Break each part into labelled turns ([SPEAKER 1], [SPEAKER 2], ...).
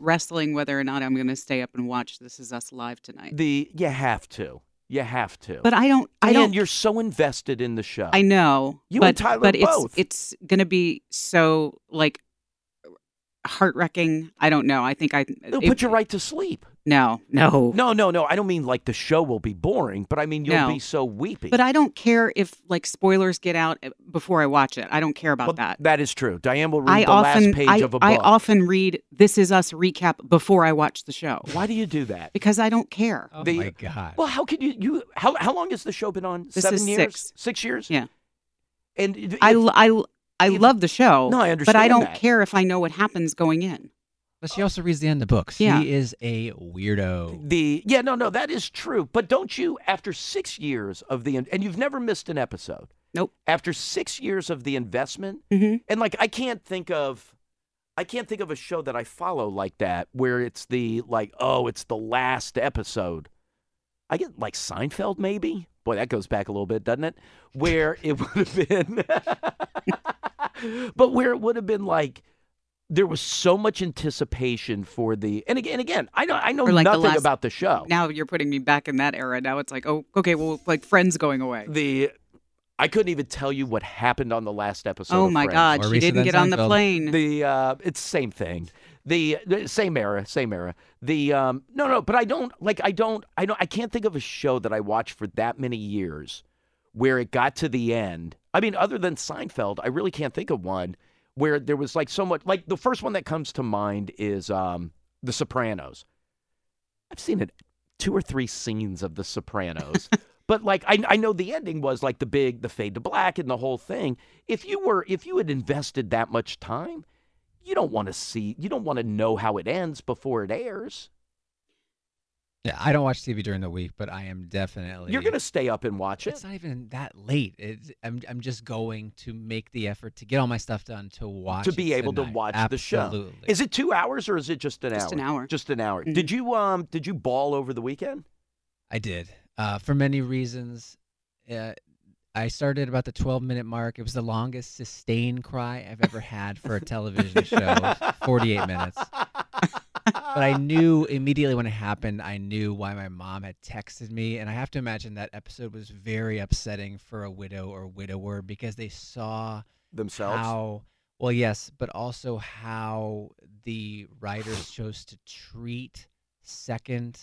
[SPEAKER 1] wrestling whether or not I'm going to stay up and watch This Is Us live tonight.
[SPEAKER 2] The you have to, you have to.
[SPEAKER 1] But I don't. I
[SPEAKER 2] and
[SPEAKER 1] don't.
[SPEAKER 2] you're so invested in the show.
[SPEAKER 1] I know.
[SPEAKER 2] You
[SPEAKER 1] but,
[SPEAKER 2] and Tyler
[SPEAKER 1] but
[SPEAKER 2] both.
[SPEAKER 1] It's, it's going to be so like heart wrecking. I don't know. I think I.
[SPEAKER 2] It'll
[SPEAKER 1] it-
[SPEAKER 2] put you right to sleep.
[SPEAKER 1] No, no,
[SPEAKER 2] No, no, no. I don't mean like the show will be boring, but I mean you'll
[SPEAKER 1] Oh. No.
[SPEAKER 2] be so weepy.
[SPEAKER 1] But I don't care if like spoilers get out uh, before I watch it. I don't care about
[SPEAKER 2] Well,
[SPEAKER 1] that.
[SPEAKER 2] That is true. Diane will read
[SPEAKER 1] I
[SPEAKER 2] the
[SPEAKER 1] often
[SPEAKER 2] last page
[SPEAKER 1] I,
[SPEAKER 2] of a book.
[SPEAKER 1] I often read This Is Us recap before I watch the show
[SPEAKER 2] Why do you do that?
[SPEAKER 1] because I don't care.
[SPEAKER 3] Oh
[SPEAKER 2] The-
[SPEAKER 3] my god.
[SPEAKER 2] Well, how could you? You how how long has the show been on?
[SPEAKER 1] This
[SPEAKER 2] Seven
[SPEAKER 1] is
[SPEAKER 2] years.
[SPEAKER 1] six.
[SPEAKER 2] years.
[SPEAKER 1] Yeah.
[SPEAKER 2] And if-
[SPEAKER 1] I l- I l- I
[SPEAKER 2] if-
[SPEAKER 1] love the show.
[SPEAKER 2] No, I
[SPEAKER 1] But I
[SPEAKER 2] understand
[SPEAKER 1] don't
[SPEAKER 2] that.
[SPEAKER 1] care if I know what happens going in.
[SPEAKER 3] but she also reads the end of books.
[SPEAKER 1] Yeah.
[SPEAKER 3] She is a weirdo.
[SPEAKER 2] the yeah no no that is true. But don't you after six years of the and you've never missed an episode.
[SPEAKER 1] Nope.
[SPEAKER 2] After six years of the investment,
[SPEAKER 1] Mm-hmm.
[SPEAKER 2] and like I can't think of I can't think of a show that I follow like that where it's the like oh it's the last episode. I get like Seinfeld maybe. Boy, that goes back a little bit, doesn't it? Where it would have been But where it would have been like there was so much anticipation for the and again and again, I know I know
[SPEAKER 1] Or like the
[SPEAKER 2] nothing
[SPEAKER 1] last-
[SPEAKER 2] about the show.
[SPEAKER 1] now you're putting me back in that era. Now it's like, oh, okay, well, like Friends going away.
[SPEAKER 2] the I couldn't even tell you what happened on the last episode.
[SPEAKER 1] oh
[SPEAKER 2] of
[SPEAKER 1] my
[SPEAKER 2] Friends.
[SPEAKER 1] God,
[SPEAKER 3] Or
[SPEAKER 1] she
[SPEAKER 3] Reese
[SPEAKER 1] didn't
[SPEAKER 3] Van
[SPEAKER 1] get on the
[SPEAKER 3] Seinfeld.
[SPEAKER 1] plane.
[SPEAKER 2] the uh it's same thing the, the same era same era the um no no but i don't like i don't i don't i can't think of a show that i watched for that many years where it got to the end i mean other than seinfeld i really can't think of one where there was like so much like the first one that comes to mind is um the sopranos i've seen it two or three scenes of the sopranos but like I, I know the ending was like the big the fade to black and the whole thing if you were if you had invested that much time you don't want to see you don't want to know how it ends before it airs
[SPEAKER 3] Yeah, I don't watch TV during the week, but I am definitely
[SPEAKER 2] you're gonna stay up and watch it
[SPEAKER 3] It's not even that late. It's, I'm I'm just going to make the effort to get all my stuff done to watch
[SPEAKER 2] to be
[SPEAKER 3] it
[SPEAKER 2] able to
[SPEAKER 3] tonight.
[SPEAKER 2] watch the show
[SPEAKER 3] Absolutely.
[SPEAKER 2] is it two hours or is it just an hour
[SPEAKER 1] Just an hour.
[SPEAKER 2] just an hour
[SPEAKER 1] Mhm.
[SPEAKER 2] did you um did you ball over the weekend
[SPEAKER 3] I did uh, for many reasons. Uh, I started about the 12 minute mark. It was the longest sustained cry I've ever had for a television show, 48 minutes. But I knew immediately when it happened, I knew why my mom had texted me. And I have to imagine that episode was very upsetting for a widow or widower because they saw
[SPEAKER 2] themselves
[SPEAKER 3] how, well, yes, but also how the writers chose to treat second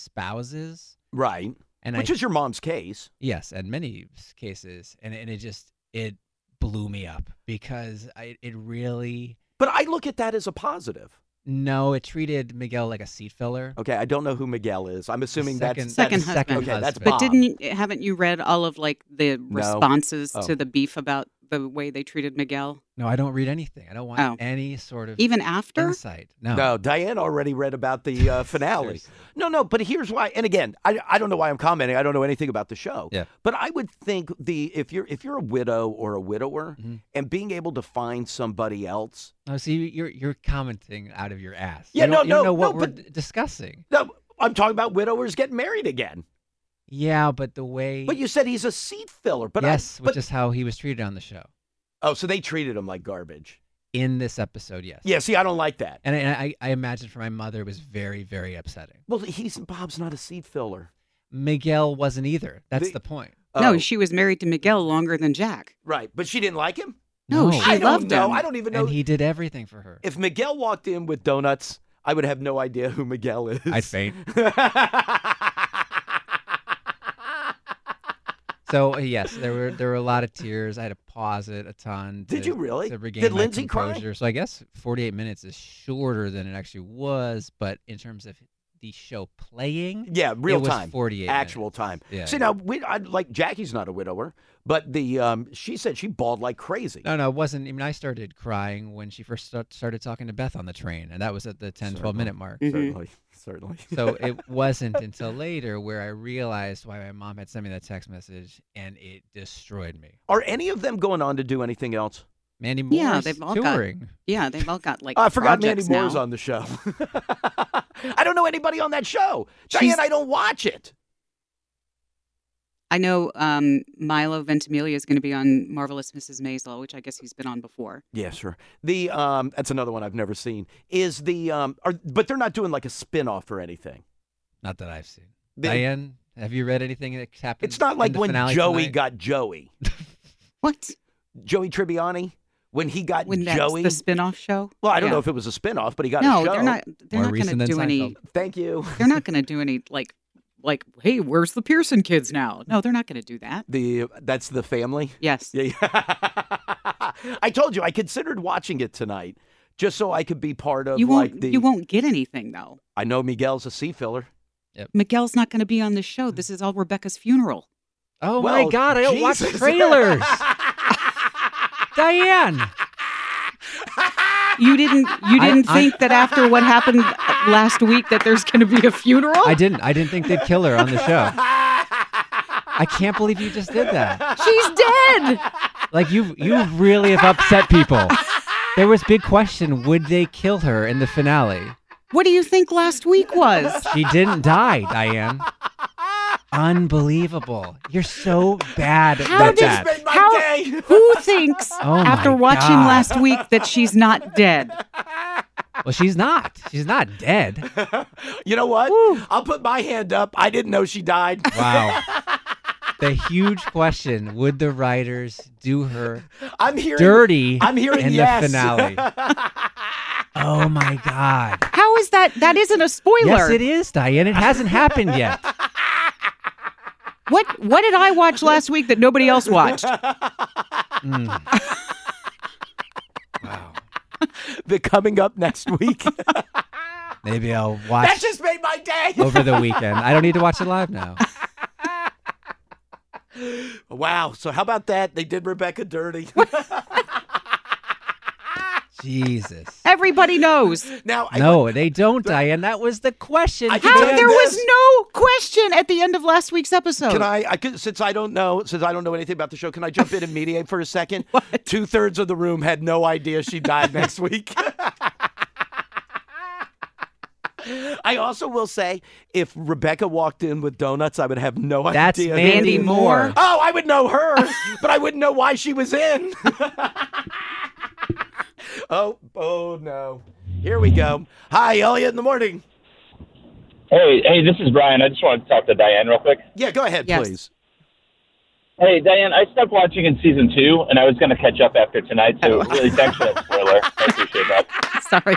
[SPEAKER 3] spouses.
[SPEAKER 2] right
[SPEAKER 3] And I
[SPEAKER 2] which is your mom's case
[SPEAKER 3] Yes, and many s- cases, and and it just it blew me up because I it really
[SPEAKER 2] but i look at that as a positive
[SPEAKER 3] no, it treated Miguel like a seat filler.
[SPEAKER 2] okay i don't know who miguel is i'm assuming that's
[SPEAKER 1] Second
[SPEAKER 2] that's,
[SPEAKER 1] husband.
[SPEAKER 2] Okay, that's
[SPEAKER 1] but
[SPEAKER 2] Bob.
[SPEAKER 1] didn't you- haven't you read all of like the responses
[SPEAKER 2] Oh.
[SPEAKER 1] to the beef about the way they treated Miguel,
[SPEAKER 3] no, I don't read anything. I don't want
[SPEAKER 1] Oh.
[SPEAKER 3] any sort of
[SPEAKER 1] even after?
[SPEAKER 3] insight. No,
[SPEAKER 2] No, Diane already read about the uh, finale.
[SPEAKER 3] Seriously.
[SPEAKER 2] no, no, but here's why. And again, I, I don't know why I'm commenting. I don't know anything about the show.
[SPEAKER 3] Yeah.
[SPEAKER 2] But I would think the if you're if you're a widow or a widower
[SPEAKER 3] Mhm.
[SPEAKER 2] and being able to find somebody else.
[SPEAKER 3] No, see, you're you're commenting out of your ass.
[SPEAKER 2] Yeah,
[SPEAKER 3] you
[SPEAKER 2] no,
[SPEAKER 3] don't, you
[SPEAKER 2] no,
[SPEAKER 3] don't know
[SPEAKER 2] no,
[SPEAKER 3] what we're
[SPEAKER 2] but-
[SPEAKER 3] d- discussing.
[SPEAKER 2] No, I'm talking about widowers getting married again.
[SPEAKER 3] Yeah, but the way.
[SPEAKER 2] But you said he's a seat filler. But I-
[SPEAKER 3] yes,
[SPEAKER 2] but,
[SPEAKER 3] which is how he was treated on the show
[SPEAKER 2] oh, so they treated him like garbage.
[SPEAKER 3] in this episode. Yes.
[SPEAKER 2] Yeah. See, I don't like that.
[SPEAKER 3] And I, I, I imagine for my mother it was very, very upsetting.
[SPEAKER 2] Well, he's Bob's not a seat filler.
[SPEAKER 3] Miguel wasn't either. That's
[SPEAKER 2] The-
[SPEAKER 3] the point.
[SPEAKER 2] Oh,
[SPEAKER 1] No, she was married to Miguel longer than Jack.
[SPEAKER 2] right. But she didn't like him.
[SPEAKER 1] No, she
[SPEAKER 2] I don't
[SPEAKER 1] loved
[SPEAKER 2] know.
[SPEAKER 1] him.
[SPEAKER 2] I don't even know.
[SPEAKER 3] and he did everything for her.
[SPEAKER 2] If Miguel walked in with donuts, I would have no idea who Miguel is.
[SPEAKER 3] I'd faint. So uh, yes, there were there were a lot of tears. I had to pause it a ton.
[SPEAKER 2] Did
[SPEAKER 3] to-
[SPEAKER 2] you really?
[SPEAKER 3] To regain
[SPEAKER 2] Did
[SPEAKER 3] my
[SPEAKER 2] Lindsay cry?
[SPEAKER 3] composure. So I guess 48 minutes is shorter than it actually was, but in terms of the show playing.
[SPEAKER 2] Yeah, real
[SPEAKER 3] it was
[SPEAKER 2] time.
[SPEAKER 3] 48
[SPEAKER 2] actual time.
[SPEAKER 3] Yeah,
[SPEAKER 2] See
[SPEAKER 3] yeah.
[SPEAKER 2] now, we, I, like Jackie's not a widower, but the um, she said she bawled like crazy.
[SPEAKER 3] No, no, it wasn't. I mean, I started crying when she first start, started talking to Beth on the train, and that was at the 10, 12 minute mark.
[SPEAKER 1] Mhm.
[SPEAKER 2] Certainly, certainly.
[SPEAKER 3] So it wasn't until later where I realized why my mom had sent me that text message, and it destroyed me.
[SPEAKER 2] Are any of them going on to do anything else?
[SPEAKER 3] Mandy Moore's
[SPEAKER 1] Yeah, they've all got-
[SPEAKER 3] touring.
[SPEAKER 1] Yeah, they've all got like.
[SPEAKER 2] Oh, I forgot Mandy
[SPEAKER 1] projects
[SPEAKER 2] Moore's
[SPEAKER 1] now.
[SPEAKER 2] on the show. I don't know anybody on that show.
[SPEAKER 1] She's-
[SPEAKER 2] Diane, I don't watch it.
[SPEAKER 1] I know um, Milo Ventimiglia is going to be on Marvelous Mrs. Maisel, which I guess he's been on before.
[SPEAKER 2] Yeah, sure. The um, that's another one I've never seen. Is the um, are, but they're not doing like a spin-off or anything.
[SPEAKER 3] Not that I've seen.
[SPEAKER 2] They-
[SPEAKER 3] Diane, have you read anything that's happened?
[SPEAKER 2] It's not
[SPEAKER 3] in
[SPEAKER 2] like
[SPEAKER 3] the
[SPEAKER 2] when
[SPEAKER 3] finale
[SPEAKER 2] Joey
[SPEAKER 3] tonight?
[SPEAKER 2] got Joey,
[SPEAKER 1] What?
[SPEAKER 2] Joey Tribbiani, when he got
[SPEAKER 1] When that's
[SPEAKER 2] Joey.
[SPEAKER 1] the spin-off show?
[SPEAKER 2] well, I don't
[SPEAKER 1] Yeah.
[SPEAKER 2] know if it was a spin-off, but he got
[SPEAKER 1] no,
[SPEAKER 2] a show.
[SPEAKER 1] they're not. They're
[SPEAKER 3] More
[SPEAKER 1] not going
[SPEAKER 3] recent
[SPEAKER 1] to
[SPEAKER 3] than
[SPEAKER 1] do any.
[SPEAKER 2] Thank you.
[SPEAKER 1] They're not going to do any like, like, hey, where's the Pearson kids now? No, they're not going to do that.
[SPEAKER 2] The that's the family.
[SPEAKER 1] Yes.
[SPEAKER 2] Yeah. yeah. I told you I considered watching it tonight just so I could be part of
[SPEAKER 1] You won't.
[SPEAKER 2] like the
[SPEAKER 1] You won't get anything though.
[SPEAKER 2] I know Miguel's a sea filler.
[SPEAKER 1] Miguel's not going to be on the show. This is all Rebecca's funeral.
[SPEAKER 3] Oh
[SPEAKER 2] Well,
[SPEAKER 3] my God! I don't watch
[SPEAKER 2] Jesus.
[SPEAKER 3] trailers. Diane,
[SPEAKER 1] You didn't. You
[SPEAKER 3] I-
[SPEAKER 1] didn't
[SPEAKER 3] I-
[SPEAKER 1] think that after what happened last week that there's going to be a funeral?
[SPEAKER 3] I didn't. I didn't think they'd kill her on the show. I can't believe you just did that.
[SPEAKER 4] She's dead.
[SPEAKER 3] Like you, you really have upset people. There was big question: Would they kill her in the finale?
[SPEAKER 1] What do you think last week was?
[SPEAKER 3] She didn't die, Diane. Unbelievable! You're so bad
[SPEAKER 1] How
[SPEAKER 3] at
[SPEAKER 1] did-
[SPEAKER 3] that.
[SPEAKER 2] Made my
[SPEAKER 1] How-
[SPEAKER 2] day.
[SPEAKER 1] Who thinks
[SPEAKER 3] Oh my
[SPEAKER 1] after watching
[SPEAKER 3] God.
[SPEAKER 1] last week that she's not dead?
[SPEAKER 3] Well, she's not. She's not dead.
[SPEAKER 2] you know what? I'll put my hand up. I didn't know she died.
[SPEAKER 3] Wow. The huge question: Would the writers do her
[SPEAKER 2] I'm hearing
[SPEAKER 3] dirty
[SPEAKER 2] I'm hearing
[SPEAKER 3] in
[SPEAKER 2] yes.
[SPEAKER 3] the finale? Oh my god!
[SPEAKER 1] How is that? That isn't a spoiler.
[SPEAKER 3] Yes, it is, Diane. It hasn't happened yet.
[SPEAKER 1] What What did I watch last week that nobody else watched?
[SPEAKER 3] Mm. Wow.
[SPEAKER 2] the coming up next week.
[SPEAKER 3] Maybe I'll
[SPEAKER 2] that
[SPEAKER 3] watch
[SPEAKER 2] just made my day.
[SPEAKER 3] over the weekend. I don't need to watch it live now.
[SPEAKER 2] Wow. So how about that? They did Rebecca dirty.
[SPEAKER 3] Jesus.
[SPEAKER 1] Everybody knows.
[SPEAKER 2] now I
[SPEAKER 3] No, they don't, Diane. That was the question.
[SPEAKER 2] I
[SPEAKER 3] Diane.
[SPEAKER 1] How
[SPEAKER 2] Damn
[SPEAKER 1] there was
[SPEAKER 2] this.
[SPEAKER 1] no question at the end of last week's episode.
[SPEAKER 2] Can I, I could, since I don't know, since I don't know anything about the show, can I jump in and mediate for a second? Two thirds of the room had no idea she died next week. I also will say, if Rebecca walked in with donuts, I would have no
[SPEAKER 3] That's
[SPEAKER 2] idea. who-
[SPEAKER 3] Mandy
[SPEAKER 1] Mandy Moore.
[SPEAKER 3] Moore.
[SPEAKER 2] Oh, I would know her, but I wouldn't know why she was in. oh, oh no. Here we go. Hi, Elliot in the morning.
[SPEAKER 5] Hey, hey, this is Brian. I just wanted to talk to Diane real quick.
[SPEAKER 2] Yeah, go ahead,
[SPEAKER 1] Yes.
[SPEAKER 2] please.
[SPEAKER 5] Hey, Diane, I stopped watching in season two, and I was going to catch up after tonight. So, really, thanks for that spoiler. I appreciate that.
[SPEAKER 1] Sorry.